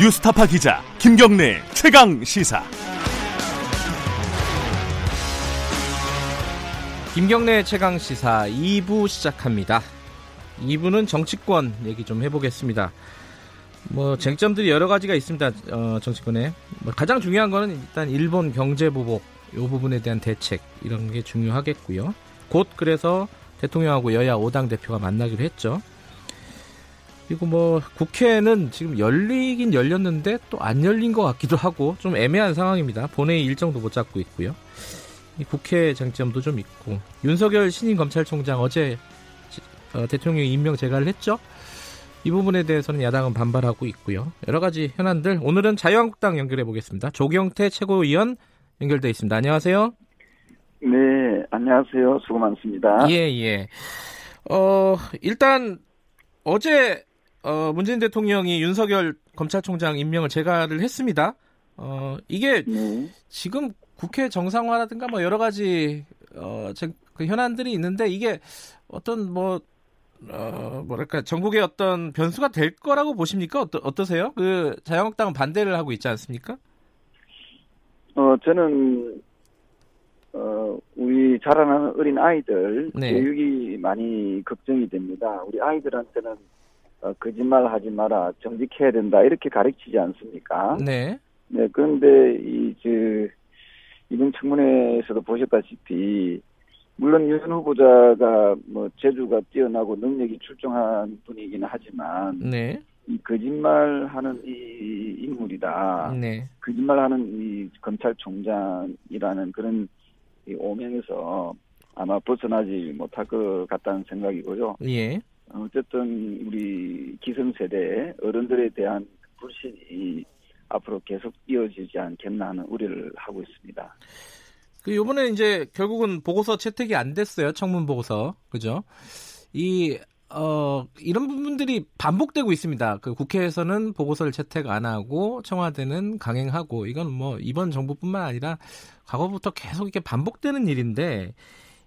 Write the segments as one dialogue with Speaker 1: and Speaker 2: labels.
Speaker 1: 뉴스타파 기자 김경래 최강 시사.
Speaker 2: 김경래 최강 시사 2부 시작합니다. 2부는 정치권 얘기 좀 해보겠습니다. 뭐 쟁점들이 여러 가지가 있습니다. 어, 정치권에 뭐 가장 중요한 거는 일단 일본 경제 보복 요 부분에 대한 대책 이런 게 중요하겠고요. 곧 그래서 대통령하고 여야 5당 대표가 만나기로 했죠. 그리고 뭐 국회는 지금 열리긴 열렸는데 또 안 열린 것 같기도 하고 좀 애매한 상황입니다. 본회의 일정도 못 잡고 있고요. 이 국회 쟁점도 좀 있고 윤석열 신임 검찰총장 어제 지- 어, 대통령 임명 재가를 했죠. 이 부분에 대해서는 야당은 반발하고 있고요. 여러 가지 현안들 오늘은 자유한국당 연결해 보겠습니다. 조경태 최고위원 연결돼 있습니다. 안녕하세요.
Speaker 3: 네, 안녕하세요. 수고 많습니다.
Speaker 2: 예 예. 어 일단 어제 어, 문재인 대통령이 윤석열 검찰총장 임명을 재가를 했습니다. 어 이게
Speaker 3: 네.
Speaker 2: 지금 국회 정상화라든가 뭐 여러 가지 어, 쟁- 그 현안들이 있는데 이게 어떤 뭐 어, 뭐랄까 전국의 어떤 변수가 될 거라고 보십니까? 어떠, 어떠세요? 그 자유한국당은 반대를 하고 있지 않습니까?
Speaker 3: 어, 저는, 어, 우리 자라나는 어린 아이들,
Speaker 2: 네.
Speaker 3: 교육이 많이 걱정이 됩니다. 우리 아이들한테는, 어, 거짓말 하지 마라, 정직해야 된다, 이렇게 가르치지 않습니까?
Speaker 2: 네,
Speaker 3: 네, 그런데, 이, 저, 이번 청문회에서도 보셨다시피, 물론 윤 후보자가 뭐 재주가 뛰어나고 능력이 출중한 분이긴 하지만
Speaker 2: 네,
Speaker 3: 이 거짓말하는 이 인물이다.
Speaker 2: 네,
Speaker 3: 거짓말하는 이 검찰총장이라는 그런 이 오명에서 아마 벗어나지 못할 것 같다는 생각이고요.
Speaker 2: 예,
Speaker 3: 어쨌든 우리 기성세대 어른들에 대한 불신이 앞으로 계속 이어지지 않겠나 하는 우려를 하고 있습니다.
Speaker 2: 그 요번에 이제 결국은 보고서 채택이 안 됐어요. 청문 보고서. 그죠? 이 어, 이런 부분들이 반복되고 있습니다. 그 국회에서는 보고서를 채택 안 하고 청와대는 강행하고 이건 뭐 이번 정부뿐만 아니라 과거부터 계속 이렇게 반복되는 일인데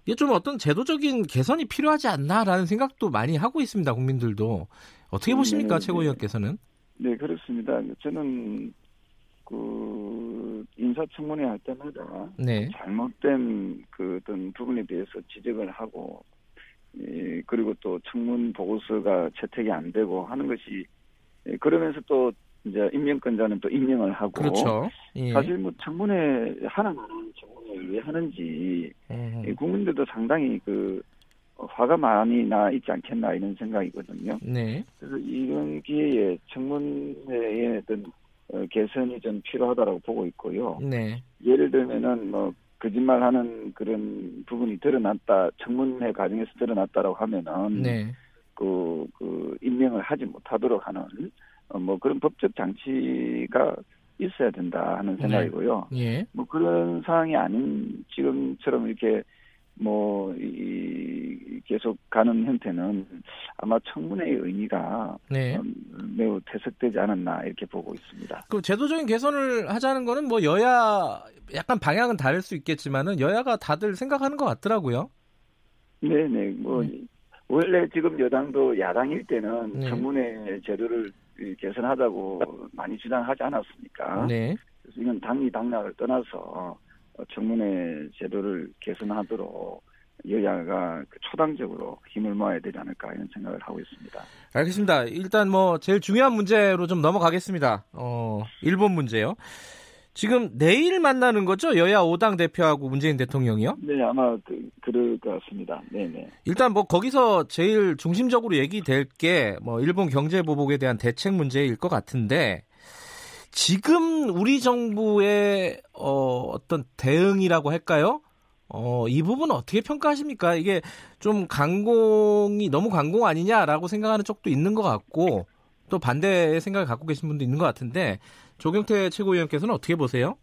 Speaker 2: 이게 좀 어떤 제도적인 개선이 필요하지 않나라는 생각도 많이 하고 있습니다. 국민들도 어떻게 보십니까,
Speaker 3: 네, 네.
Speaker 2: 최고위원께서는?
Speaker 3: 네, 그렇습니다. 저는 그 인사청문회 할 때마다
Speaker 2: 네,
Speaker 3: 잘못된 그 어떤 부분에 대해서 지적을 하고 예, 그리고 또 청문 보고서가 채택이 안 되고 하는 것이 예, 그러면서 또 이제 임명권자는 또 임명을 하고
Speaker 2: 그렇죠. 예.
Speaker 3: 사실 뭐 청문회 하나만은 청문회를 왜 하는지
Speaker 2: 음,
Speaker 3: 예, 국민들도 상당히 그 어, 화가 많이 나 있지 않겠나 이런 생각이거든요.
Speaker 2: 네,
Speaker 3: 그래서 이런 기회에 청문회에 어떤 어, 개선이 좀 필요하다고 보고 있고요.
Speaker 2: 네,
Speaker 3: 예를 들면은 뭐 거짓말하는 그런 부분이 드러났다 청문회 과정에서 드러났다라고 하면은
Speaker 2: 네.
Speaker 3: 그, 그 임명을 하지 못하도록 하는 어, 뭐 그런 법적 장치가 있어야 된다 하는
Speaker 2: 네.
Speaker 3: 생각이고요.
Speaker 2: 예,
Speaker 3: 뭐 그런 상황이 아닌 지금처럼 이렇게 뭐 이, 계속 가는 형태는 아마 청문회의 의미가
Speaker 2: 네.
Speaker 3: 음, 매우 퇴색되지 않았나 이렇게 보고 있습니다.
Speaker 2: 그 제도적인 개선을 하자는 거는 뭐 여야 약간 방향은 다를 수 있겠지만은 여야가 다들 생각하는 것 같더라고요.
Speaker 3: 네네 뭐 원래 지금 여당도 야당일 때는
Speaker 2: 네.
Speaker 3: 청문회 제도를 이, 개선하자고 많이 주장하지 않았습니까?
Speaker 2: 네.
Speaker 3: 그래서 이건 당이 당락을 떠나서 어, 청문회 제도를 개선하도록 여야가 그 초당적으로 힘을 모아야 되지 않을까 이런 생각을 하고 있습니다.
Speaker 2: 알겠습니다. 일단 뭐 제일 중요한 문제로 좀 넘어가겠습니다. 어, 일본 문제요. 지금 내일 만나는 거죠? 여야 5당 대표하고 문재인 대통령이요?
Speaker 3: 네 아마 그, 그럴 것 같습니다. 네네.
Speaker 2: 일단 뭐 거기서 제일 중심적으로 얘기될 게 뭐 일본 경제 보복에 대한 대책 문제일 것 같은데 지금 우리 정부의 어 어떤 대응이라고 할까요? 어, 이 부분 어떻게 평가하십니까? 이게 좀 강공이 너무 강공 아니냐라고 생각하는 쪽도 있는 것 같고 또 반대의 생각을 갖고 계신 분도 있는 것 같은데 조경태 최고위원께서는 어떻게 보세요?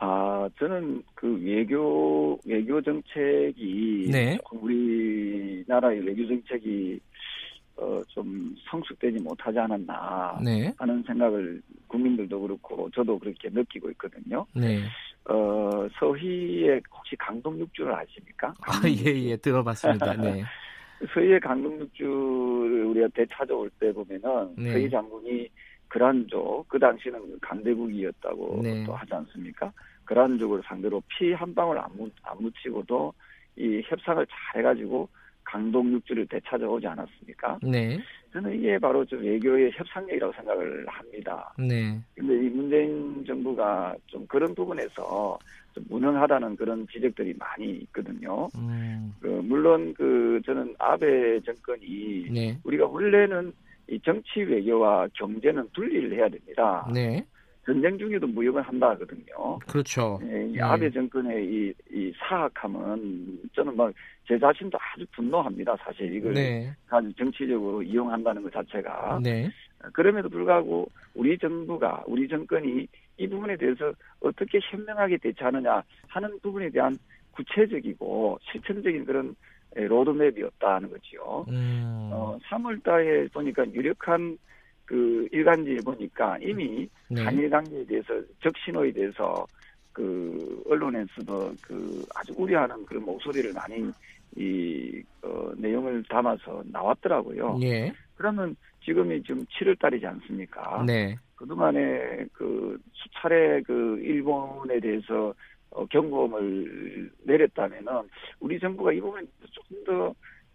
Speaker 3: 아, 저는 그 외교, 외교 정책이,
Speaker 2: 네.
Speaker 3: 조금 우리나라의 외교 정책이, 어, 좀 성숙되지 못하지 않았나
Speaker 2: 네,
Speaker 3: 하는 생각을 국민들도 그렇고, 저도 그렇게 느끼고 있거든요.
Speaker 2: 네,
Speaker 3: 어, 서희의 혹시 강동육주를 아십니까?
Speaker 2: 아, 예, 예, 들어봤습니다. 네,
Speaker 3: 서희의 강동육주를 우리가 되찾아올 때 보면은,
Speaker 2: 네.
Speaker 3: 서희 장군이 그란조 그 당시는 강대국이었다고
Speaker 2: 네.
Speaker 3: 또 하지 않습니까? 그란족을 상대로 피 한 방울 안, 묻, 안 묻히고도 이 협상을 잘 해가지고 강동 육지를 되찾아오지 않았습니까?
Speaker 2: 네.
Speaker 3: 저는 이게 바로 좀 외교의 협상력이라고 생각을 합니다.
Speaker 2: 네.
Speaker 3: 근데 이 문재인 정부가 좀 그런 부분에서 좀 무능하다는 그런 지적들이 많이 있거든요.
Speaker 2: 음.
Speaker 3: 그 물론 그 저는 아베 정권이
Speaker 2: 네.
Speaker 3: 우리가 원래는 이 정치 외교와 경제는 분리를 해야 됩니다.
Speaker 2: 네.
Speaker 3: 전쟁 중에도 무역을 한다 하거든요.
Speaker 2: 그렇죠.
Speaker 3: 예, 이
Speaker 2: 네.
Speaker 3: 아베 정권의 이, 이 사악함은 저는 막 제 자신도 아주 분노합니다. 사실 이걸
Speaker 2: 네.
Speaker 3: 아주 정치적으로 이용한다는 것 자체가
Speaker 2: 네.
Speaker 3: 그럼에도 불구하고 우리 정부가 우리 정권이 이 부분에 대해서 어떻게 현명하게 대처하느냐 하는 부분에 대한 구체적이고 실천적인 그런 에, 로드맵이었다는 거지요.
Speaker 2: 음.
Speaker 3: 어, 3월달에 보니까 유력한 그 일간지에 보니까 이미
Speaker 2: 네.
Speaker 3: 한일 관계에 대해서 적신호에 대해서 그 언론에서도 그 아주 우려하는 그런 목소리를 많이 이 어, 내용을 담아서 나왔더라고요.
Speaker 2: 예.
Speaker 3: 그러면 지금이 지금 7월달이지 않습니까?
Speaker 2: 네.
Speaker 3: 그동안에 그 수차례 그 일본에 대해서 어, 경고음을 내렸다면은 우리 정부가 이 부분에 대해서 조금 더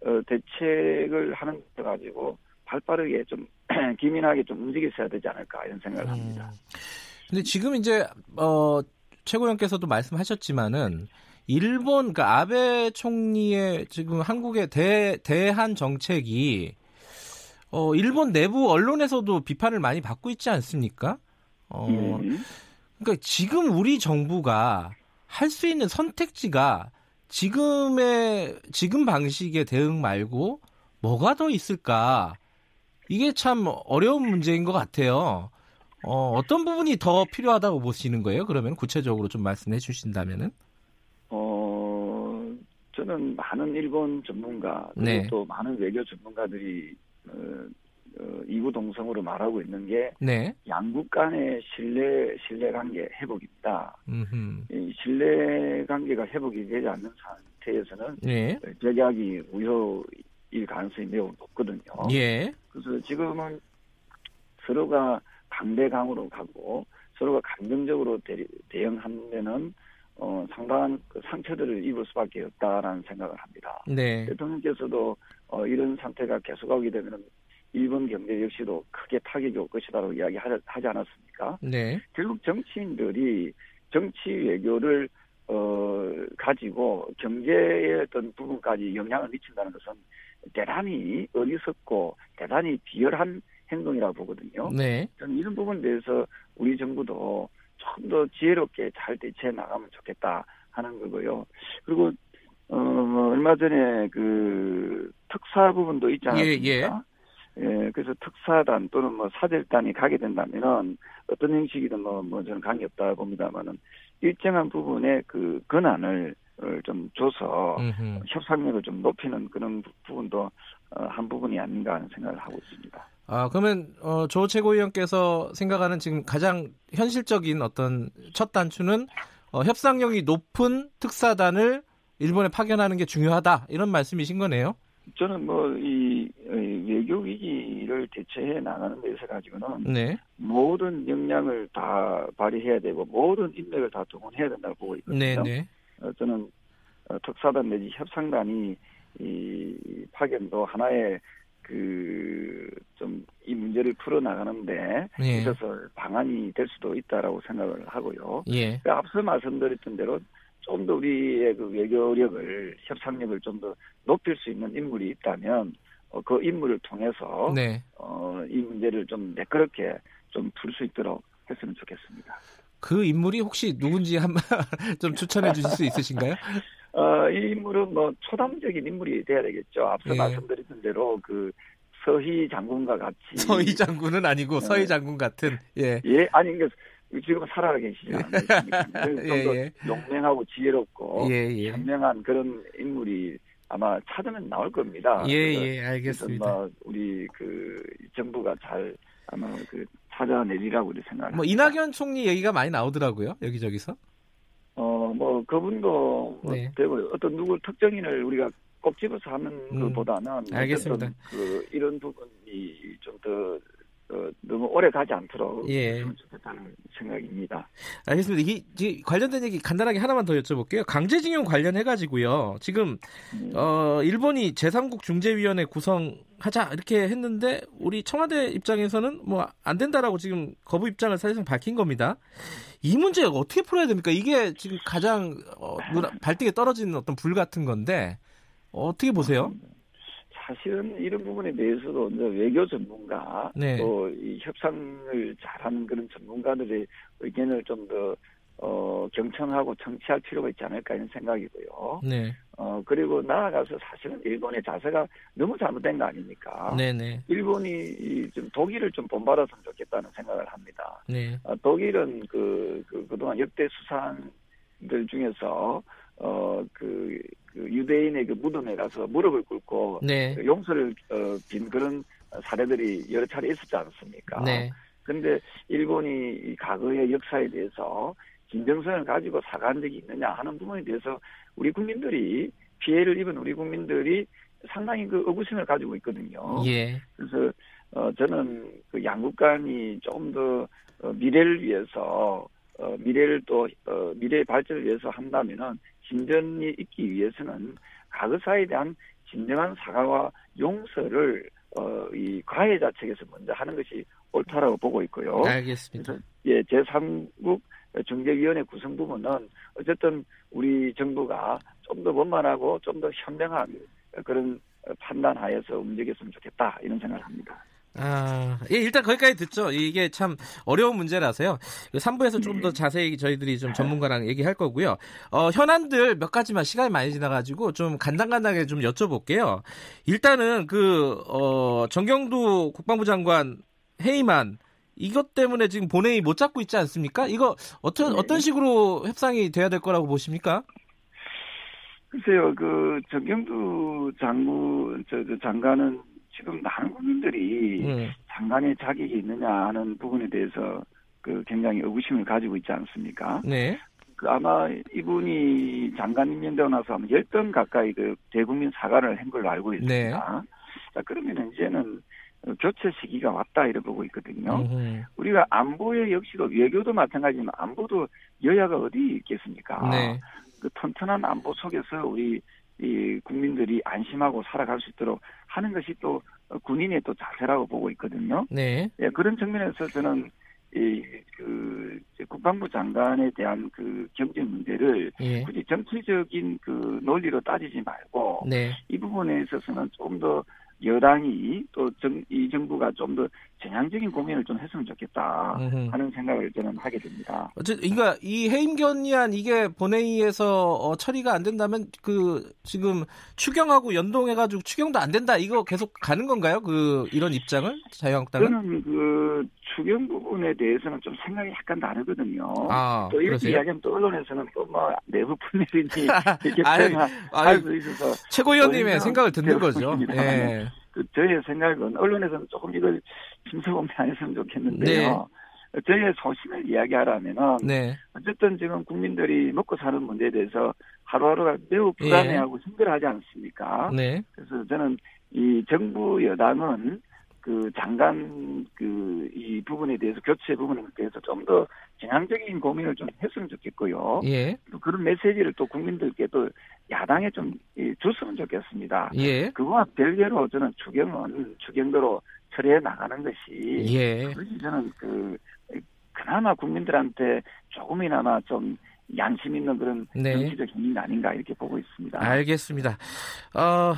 Speaker 3: 어, 대책을 하는 것 가지고 발빠르게 좀 기민하게 좀 움직였어야 되지 않을까 이런 생각을 합니다.
Speaker 2: 음. 근데 지금 이제 어 최고위원께서도 말씀하셨지만은 일본 그러니까 아베 총리의 지금 한국의 대 대한 정책이 어 일본 내부 언론에서도 비판을 많이 받고 있지 않습니까? 어
Speaker 3: 음.
Speaker 2: 그러니까 지금 우리 정부가 할 수 있는 선택지가 지금의 지금 방식의 대응 말고 뭐가 더 있을까? 이게 참 어려운 문제인 것 같아요. 어, 어떤 부분이 더 필요하다고 보시는 거예요? 그러면 구체적으로 좀 말씀해 주신다면은?
Speaker 3: 어, 저는 많은 일본 전문가 그리고
Speaker 2: 네.
Speaker 3: 또 많은 외교 전문가들이 어, 어, 이구동성으로 말하고 있는 게
Speaker 2: 네.
Speaker 3: 양국 간의 신뢰 신뢰 관계 회복입니다.
Speaker 2: 음.
Speaker 3: 이 신뢰 관계가 회복이 되지 않는 상태에서는
Speaker 2: 예.
Speaker 3: 제약이 우려일 가능성이 매우 높거든요.
Speaker 2: 예.
Speaker 3: 그래서 지금은 서로가 강대강으로 가고 서로가 감정적으로 대, 대응한 데는 어, 상당한 그 상처들을 입을 수밖에 없다라는 생각을 합니다.
Speaker 2: 네.
Speaker 3: 대통령께서도 어, 이런 상태가 계속하게 되면 일본 경제 역시도 크게 타격이 올 것이라고 이야기하지 않았습니까?
Speaker 2: 네.
Speaker 3: 결국 정치인들이 정치 외교를 어, 가지고 경제의 어떤 부분까지 영향을 미친다는 것은 대단히 어리석고 대단히 비열한 행동이라고 보거든요.
Speaker 2: 네.
Speaker 3: 저는 이런 부분에 대해서 우리 정부도 조금 더 지혜롭게 잘 대처해 나가면 좋겠다 하는 거고요. 그리고 어, 얼마 전에 그 특사 부분도 있지 않습니까?
Speaker 2: 예, 예.
Speaker 3: 예, 그래서 특사단 또는 뭐 사절단이 가게 된다면은 어떤 형식이든 뭐, 뭐 저는 관계 없다 봅니다만은 일정한 부분의 그 권한을 어, 좀 줘서
Speaker 2: 음흠.
Speaker 3: 협상력을 좀 높이는 그런 부- 부분도 어, 한 부분이 아닌가 하는 생각을 하고 있습니다.
Speaker 2: 아, 그러면, 어, 조 최고위원께서 생각하는 지금 가장 현실적인 어떤 첫 단추는 어, 협상력이 높은 특사단을 일본에 파견하는 게 중요하다. 이런 말씀이신 거네요.
Speaker 3: 저는 뭐 이 외교 위기를 대처해 나가는 데 있어 가지고는
Speaker 2: 네.
Speaker 3: 모든 역량을 다 발휘해야 되고 모든 인맥을 다 동원해야 된다고 보고 있거든요.
Speaker 2: 네, 네.
Speaker 3: 어, 저는 어, 특사단 내지 협상단이 이 파견도 하나의 그 좀 이 문제를 풀어 나가는데
Speaker 2: 예.
Speaker 3: 있어서 방안이 될 수도 있다라고 생각을 하고요.
Speaker 2: 예.
Speaker 3: 그 앞서 말씀드렸던 대로 좀 더 우리의 그 외교력을 협상력을 좀 더 높일 수 있는 인물이 있다면 어, 그 인물을 통해서
Speaker 2: 네.
Speaker 3: 어, 이 문제를 좀 매끄럽게 좀 풀 수 있도록 했으면 좋겠습니다.
Speaker 2: 그 인물이 혹시 누군지 한 좀 추천해 주실 수 있으신가요?
Speaker 3: 어, 이 인물은 뭐 초당적인 인물이 돼야 되겠죠. 앞서
Speaker 2: 예.
Speaker 3: 말씀드렸던 대로 그 서희 장군과 같이
Speaker 2: 서희 장군은 아니고 서희
Speaker 3: 네.
Speaker 2: 장군 같은 예.
Speaker 3: 예 아니 그러니까 지금 살아계시지 않습니까? 좀더
Speaker 2: 네. 예, 예.
Speaker 3: 용맹하고 지혜롭고
Speaker 2: 예, 예.
Speaker 3: 현명한 그런 인물이 아마 찾으면 나올 겁니다.
Speaker 2: 예,
Speaker 3: 그래서
Speaker 2: 예. 알겠습니다.
Speaker 3: 아마 우리 그 정부가 잘 아마 그 찾아내리라고 우리 생각을.
Speaker 2: 뭐
Speaker 3: 합니다.
Speaker 2: 이낙연 총리 얘기가 많이 나오더라고요. 여기저기서.
Speaker 3: 어, 뭐 그분도 뭐
Speaker 2: 네.
Speaker 3: 되고 어떤 누구 특정인을 우리가 꼭 집어서 하는
Speaker 2: 음,
Speaker 3: 것보다는
Speaker 2: 알겠습니다.
Speaker 3: 어쨌든 그 이런 부분이 좀 더 어, 너무 오래 가지 않도록
Speaker 2: 예.
Speaker 3: 했으면 좋겠다는 생각입니다.
Speaker 2: 알겠습니다. 이, 이 관련된 얘기 간단하게 하나만 더 여쭤볼게요. 강제징용 관련해가지고요. 지금
Speaker 3: 음.
Speaker 2: 어, 일본이 제3국 중재위원회 구성하자 이렇게 했는데 우리 청와대 입장에서는 뭐 안 된다라고 지금 거부 입장을 사실상 밝힌 겁니다. 이 문제 어떻게 풀어야 됩니까? 이게 지금 가장 어, 눈- 발등에 떨어지는 어떤 불 같은 건데 어떻게 보세요?
Speaker 3: 사실은 이런 부분에 대해서도 이제 외교 전문가
Speaker 2: 네.
Speaker 3: 또 이 협상을 잘하는 그런 전문가들의 의견을 좀 더 어, 경청하고 청취할 필요가 있지 않을까 이런 생각이고요.
Speaker 2: 네,
Speaker 3: 어, 그리고 나아가서 사실은 일본의 자세가 너무 잘못된 거 아닙니까?
Speaker 2: 네, 네,
Speaker 3: 일본이 이좀 독일을 좀 본받았으면 좋겠다는 생각을 합니다.
Speaker 2: 네,
Speaker 3: 아, 독일은 그, 그 그동안 역대 수상들 중에서 어그 그 유대인의 그 무덤에 가서 무릎을 꿇고
Speaker 2: 네,
Speaker 3: 그 용서를 어, 빈 그런 사례들이 여러 차례 있었지 않습니까?
Speaker 2: 네,
Speaker 3: 그런데 일본이 이 과거의 역사에 대해서 진정성을 가지고 사과한 적이 있느냐 하는 부분에 대해서 우리 국민들이 피해를 입은 우리 국민들이 상당히 그 의구심을 가지고 있거든요.
Speaker 2: 예,
Speaker 3: 그래서 어, 저는 그 양국 간이 조금 더 어, 미래를 위해서 어, 미래를 또 어, 미래의 발전을 위해서 한다면은 진전이 있기 위해서는 과거사에 대한 진정한 사과와 용서를 어, 이 가해자 측에서 먼저 하는 것이 옳다라고 보고 있고요.
Speaker 2: 네. 알겠습니다.
Speaker 3: 그래서 예, 제3국 중재위원회 구성 부분은 어쨌든 우리 정부가 좀 더 원만하고 좀 더 현명한 그런 판단 하에서 움직였으면 좋겠다 이런 생각을 합니다.
Speaker 2: 아, 예, 일단 거기까지 듣죠. 이게 참 어려운 문제라서요. 3부에서 조금 더 자세히 저희들이 좀 전문가랑 얘기할 거고요. 어, 현안들 몇 가지만 시간이 많이 지나가지고 좀 간단간단하게 좀 여쭤볼게요. 일단은 그, 어, 정경도 국방부 장관 회의만 이것 때문에 지금 본회의 못 잡고 있지 않습니까? 이거 어떤,
Speaker 3: 네.
Speaker 2: 어떤 식으로 협상이 돼야 될 거라고 보십니까?
Speaker 3: 글쎄요, 그 정경두 장군 저, 저 장관은 지금 많은 국민들이
Speaker 2: 음,
Speaker 3: 장관의 자격이 있느냐 하는 부분에 대해서 그 굉장히 의구심을 가지고 있지 않습니까?
Speaker 2: 네.
Speaker 3: 그 아마 이분이 장관 임명되고 나서 아마 10번 가까이 그 대국민 사과를 한 걸로 알고 있습니다.
Speaker 2: 네.
Speaker 3: 자, 그러면 이제는 어, 교체 시기가 왔다 이래 보고 있거든요.
Speaker 2: 음흠.
Speaker 3: 우리가 안보에 역시도 외교도 마찬가지지만 안보도 여야가 어디 있겠습니까?
Speaker 2: 네.
Speaker 3: 그 튼튼한 안보 속에서 우리 이 국민들이 안심하고 살아갈 수 있도록 하는 것이 또 어, 군인의 또 자세라고 보고 있거든요.
Speaker 2: 네.
Speaker 3: 예, 그런 측면에서 저는 이 그 국방부 장관에 대한 그 경제 문제를
Speaker 2: 예.
Speaker 3: 굳이 정치적인 그 논리로 따지지 말고
Speaker 2: 네.
Speaker 3: 이 부분에 있어서는 좀 더 여당이 또 이 정부가 좀 더 전향적인 고민을 좀 했으면 좋겠다
Speaker 2: 음흠.
Speaker 3: 하는 생각을 저는 하게 됩니다.
Speaker 2: 어쨌 그러니까 이 해임 견의안 이게 본회의에서 어, 처리가 안 된다면 그 지금 추경하고 연동해가지고 추경도 안 된다 이거 계속 가는 건가요? 그 이런 입장을 자유한국당은
Speaker 3: 저는 그 추경 부분에 대해서는 좀 생각이 약간 다르거든요.
Speaker 2: 아
Speaker 3: 또 이렇게
Speaker 2: 그러세요?
Speaker 3: 이야기하면 또 언론에서는 또 뭐 내부 분열이 이렇게
Speaker 2: 아유, 아유,
Speaker 3: 표현할 수 있어서
Speaker 2: 최고위원님의
Speaker 3: 저희는
Speaker 2: 생각을 듣는 거죠.
Speaker 3: 대부분이라면
Speaker 2: 예.
Speaker 3: 그 저의 생각은 언론에서는 조금 이걸 침소범위 안 했으면 좋겠는데요. 저의 소신을 이야기하라면은
Speaker 2: 네.
Speaker 3: 어쨌든 지금 국민들이 먹고 사는 문제에 대해서 하루하루가 매우 불안해하고
Speaker 2: 예.
Speaker 3: 힘들어하지 않습니까?
Speaker 2: 네.
Speaker 3: 그래서 저는 이 정부 여당은 그 장관 그 이 부분에 대해서 교체 부분에 대해서 좀 더 진향적인 고민을 좀 했으면 좋겠고요.
Speaker 2: 예.
Speaker 3: 또 그런 메시지를 또 국민들께 또 야당에 좀 이, 줬으면 좋겠습니다.
Speaker 2: 예.
Speaker 3: 그거와 별개로 저는 추경은 추경대로 처리해 나가는 것이
Speaker 2: 예.
Speaker 3: 그래서 저는 그 그나마 국민들한테 조금이나마 좀 양심 있는 그런
Speaker 2: 네.
Speaker 3: 정치적 행위 아닌가 이렇게 보고 있습니다.
Speaker 2: 알겠습니다. 어,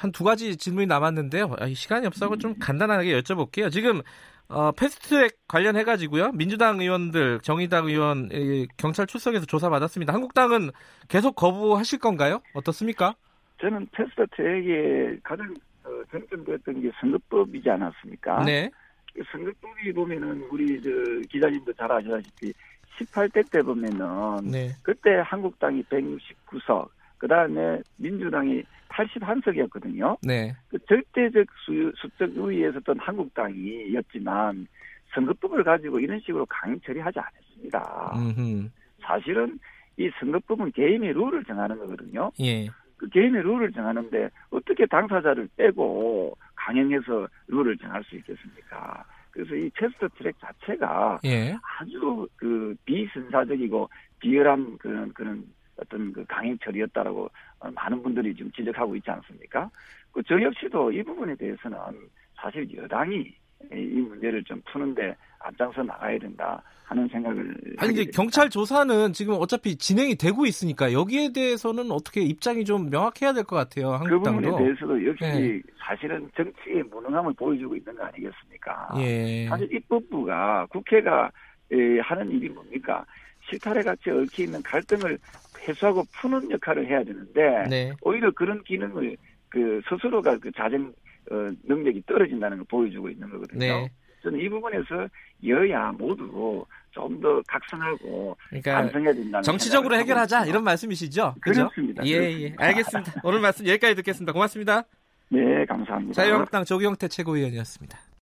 Speaker 2: 한 두 가지 질문이 남았는데요. 아, 이 시간이 없어서 좀 간단하게 여쭤볼게요. 지금 어, 패스트트랙 관련해 가지고요. 민주당 의원들, 정의당 의원 이, 경찰 출석에서 조사 받았습니다. 한국당은 계속 거부하실 건가요? 어떻습니까?
Speaker 3: 저는 패스트트랙의 가장 어, 정점됐던 게 선거법이지 않았습니까?
Speaker 2: 네.
Speaker 3: 그 선거법이 보면은 우리 저 기자님도 잘 아시다시피 18대 때 보면은
Speaker 2: 네.
Speaker 3: 그때 한국당이 169석, 그 다음에 민주당이 81석이었거든요.
Speaker 2: 네.
Speaker 3: 그 절대적 수, 수적 우위에 있었던 한국당이었지만 선거법을 가지고 이런 식으로 강행 처리하지 않았습니다.
Speaker 2: 음흠.
Speaker 3: 사실은 이 선거법은 게임의 룰을 정하는 거거든요.
Speaker 2: 예.
Speaker 3: 그 게임의 룰을 정하는데 어떻게 당사자를 빼고 강행해서 룰을 정할 수 있겠습니까? 그 그래서 이 패스트 트랙 자체가
Speaker 2: 예.
Speaker 3: 아주 그 비선사적이고 비열한 그런 그런 어떤 그 강행 처리였다라고 어, 많은 분들이 지금 지적하고 있지 않습니까? 그 저 역시도 이 부분에 대해서는 사실 여당이 이- 이 문제를 좀 푸는데 앞장서 나가야 된다 하는 생각을
Speaker 2: 아니
Speaker 3: 하게
Speaker 2: 이제
Speaker 3: 됩니다. 그
Speaker 2: 경찰 조사는 지금 어차피 진행이 되고 있으니까 여기에 대해서는 어떻게 입장이 좀 명확해야 될 것 같아요.
Speaker 3: 그
Speaker 2: 한국당도.
Speaker 3: 부분에 대해서도 역시
Speaker 2: 네.
Speaker 3: 사실은 정치의 무능함을 보여주고 있는 거 아니겠습니까?
Speaker 2: 예.
Speaker 3: 사실 입법부가 국회가 에, 하는 일이 뭡니까? 실타래 같이 얽혀 있는 갈등을 해소하고 푸는 역할을 해야 되는데
Speaker 2: 네.
Speaker 3: 오히려 그런 기능을 그 스스로가 그 자정 어, 능력이 떨어진다는 걸 보여주고 있는 거거든요.
Speaker 2: 네.
Speaker 3: 저는 이 부분에서 여야 모두 좀 더 각성하고
Speaker 2: 그러니까
Speaker 3: 반성해야 된다는
Speaker 2: 정치적으로
Speaker 3: 생각을 하고
Speaker 2: 해결하자
Speaker 3: 있습니다.
Speaker 2: 이런 말씀이시죠? 그죠?
Speaker 3: 그렇습니다.
Speaker 2: 예, 예.
Speaker 3: 그렇습니다.
Speaker 2: 알겠습니다. 오늘 말씀 여기까지 듣겠습니다. 고맙습니다.
Speaker 3: 네, 감사합니다.
Speaker 2: 자유한국당 조기영태 최고위원이었습니다.